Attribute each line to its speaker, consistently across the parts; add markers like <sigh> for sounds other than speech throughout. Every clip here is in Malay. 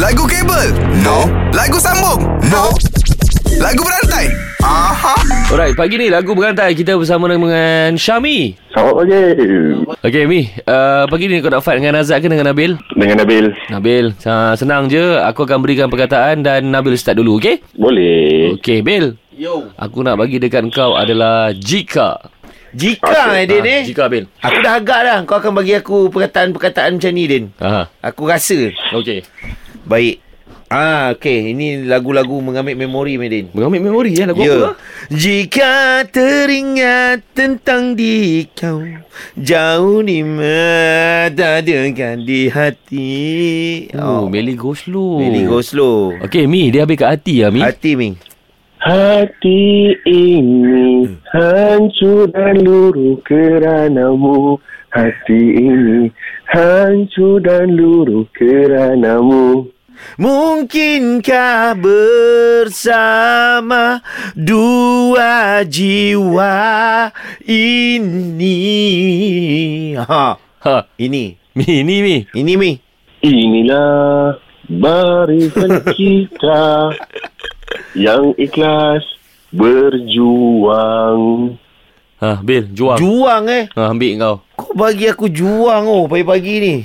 Speaker 1: Lagu kabel? No. Lagu sambung? No. Lagu berantai? Aha.
Speaker 2: Alright, pagi ni lagu berantai kita bersama dengan Syami.
Speaker 3: Selamat pagi
Speaker 2: Okay, Mi. Uh, pagi ni kau nak fight dengan Razak ke dengan Nabil?
Speaker 3: Dengan Nabil
Speaker 2: Nabil, uh, senang je. Aku akan berikan perkataan dan Nabil start dulu, okay?
Speaker 3: Boleh
Speaker 2: Okay, Bil. Yo. Aku nak bagi dekat kau adalah jika.
Speaker 4: Jika okay. Din
Speaker 2: Ah,
Speaker 4: eh
Speaker 2: Jika, Bil.
Speaker 4: Aku dah agak dah Kau akan bagi aku Perkataan-perkataan macam ni Din
Speaker 2: Ha.
Speaker 4: Aku rasa
Speaker 2: Okay.
Speaker 4: Baik Ah, okay. Ini lagu-lagu mengambil memori, Medin.
Speaker 2: Mengambil memori ya lagu
Speaker 4: Ya. Jika teringat tentang di kau Jauh di mata dengan di hati
Speaker 2: Oh, Meli go slow.
Speaker 4: Really go slow
Speaker 2: Okay, Mi. Dia habis kat hati lah, Mi.
Speaker 4: Hati Ming
Speaker 3: Hati ini hancur dan luruh keranamu Hati ini hancur dan luruh keranamu
Speaker 4: Mungkinkah bersama dua jiwa ini? Ha,
Speaker 2: Ha.
Speaker 4: ini.
Speaker 2: Mi, ni, Mi.
Speaker 4: Ini mi.
Speaker 3: Inilah barisan kita yang ikhlas berjuang
Speaker 2: Ha, Bil. Juang.
Speaker 4: Juang eh.
Speaker 2: ha, ambil kau.
Speaker 4: Kau bagi aku juang oh pagi-pagi ni.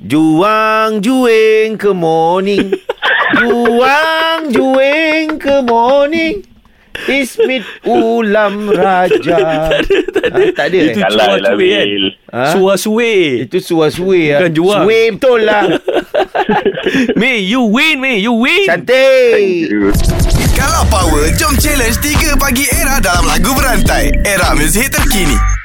Speaker 4: Juang jueng ke <laughs> morning. juang jueng ke morning. Ismit ulam raja. <laughs> tak ada. tak ada. eh?
Speaker 2: Itu
Speaker 3: Kalah lah
Speaker 2: cuai-cuai kan?
Speaker 3: Bil
Speaker 4: Ha? <laughs>
Speaker 2: Suasui.
Speaker 4: Itu suai-suai ya?
Speaker 2: Bukan juang.
Speaker 4: Suai betul lah <laughs>
Speaker 2: Mi, you win, Mi. You win.
Speaker 4: Cantik
Speaker 1: Kalau power, jom challenge 3 pagi era dalam lagu berantai. Era muzik terkini.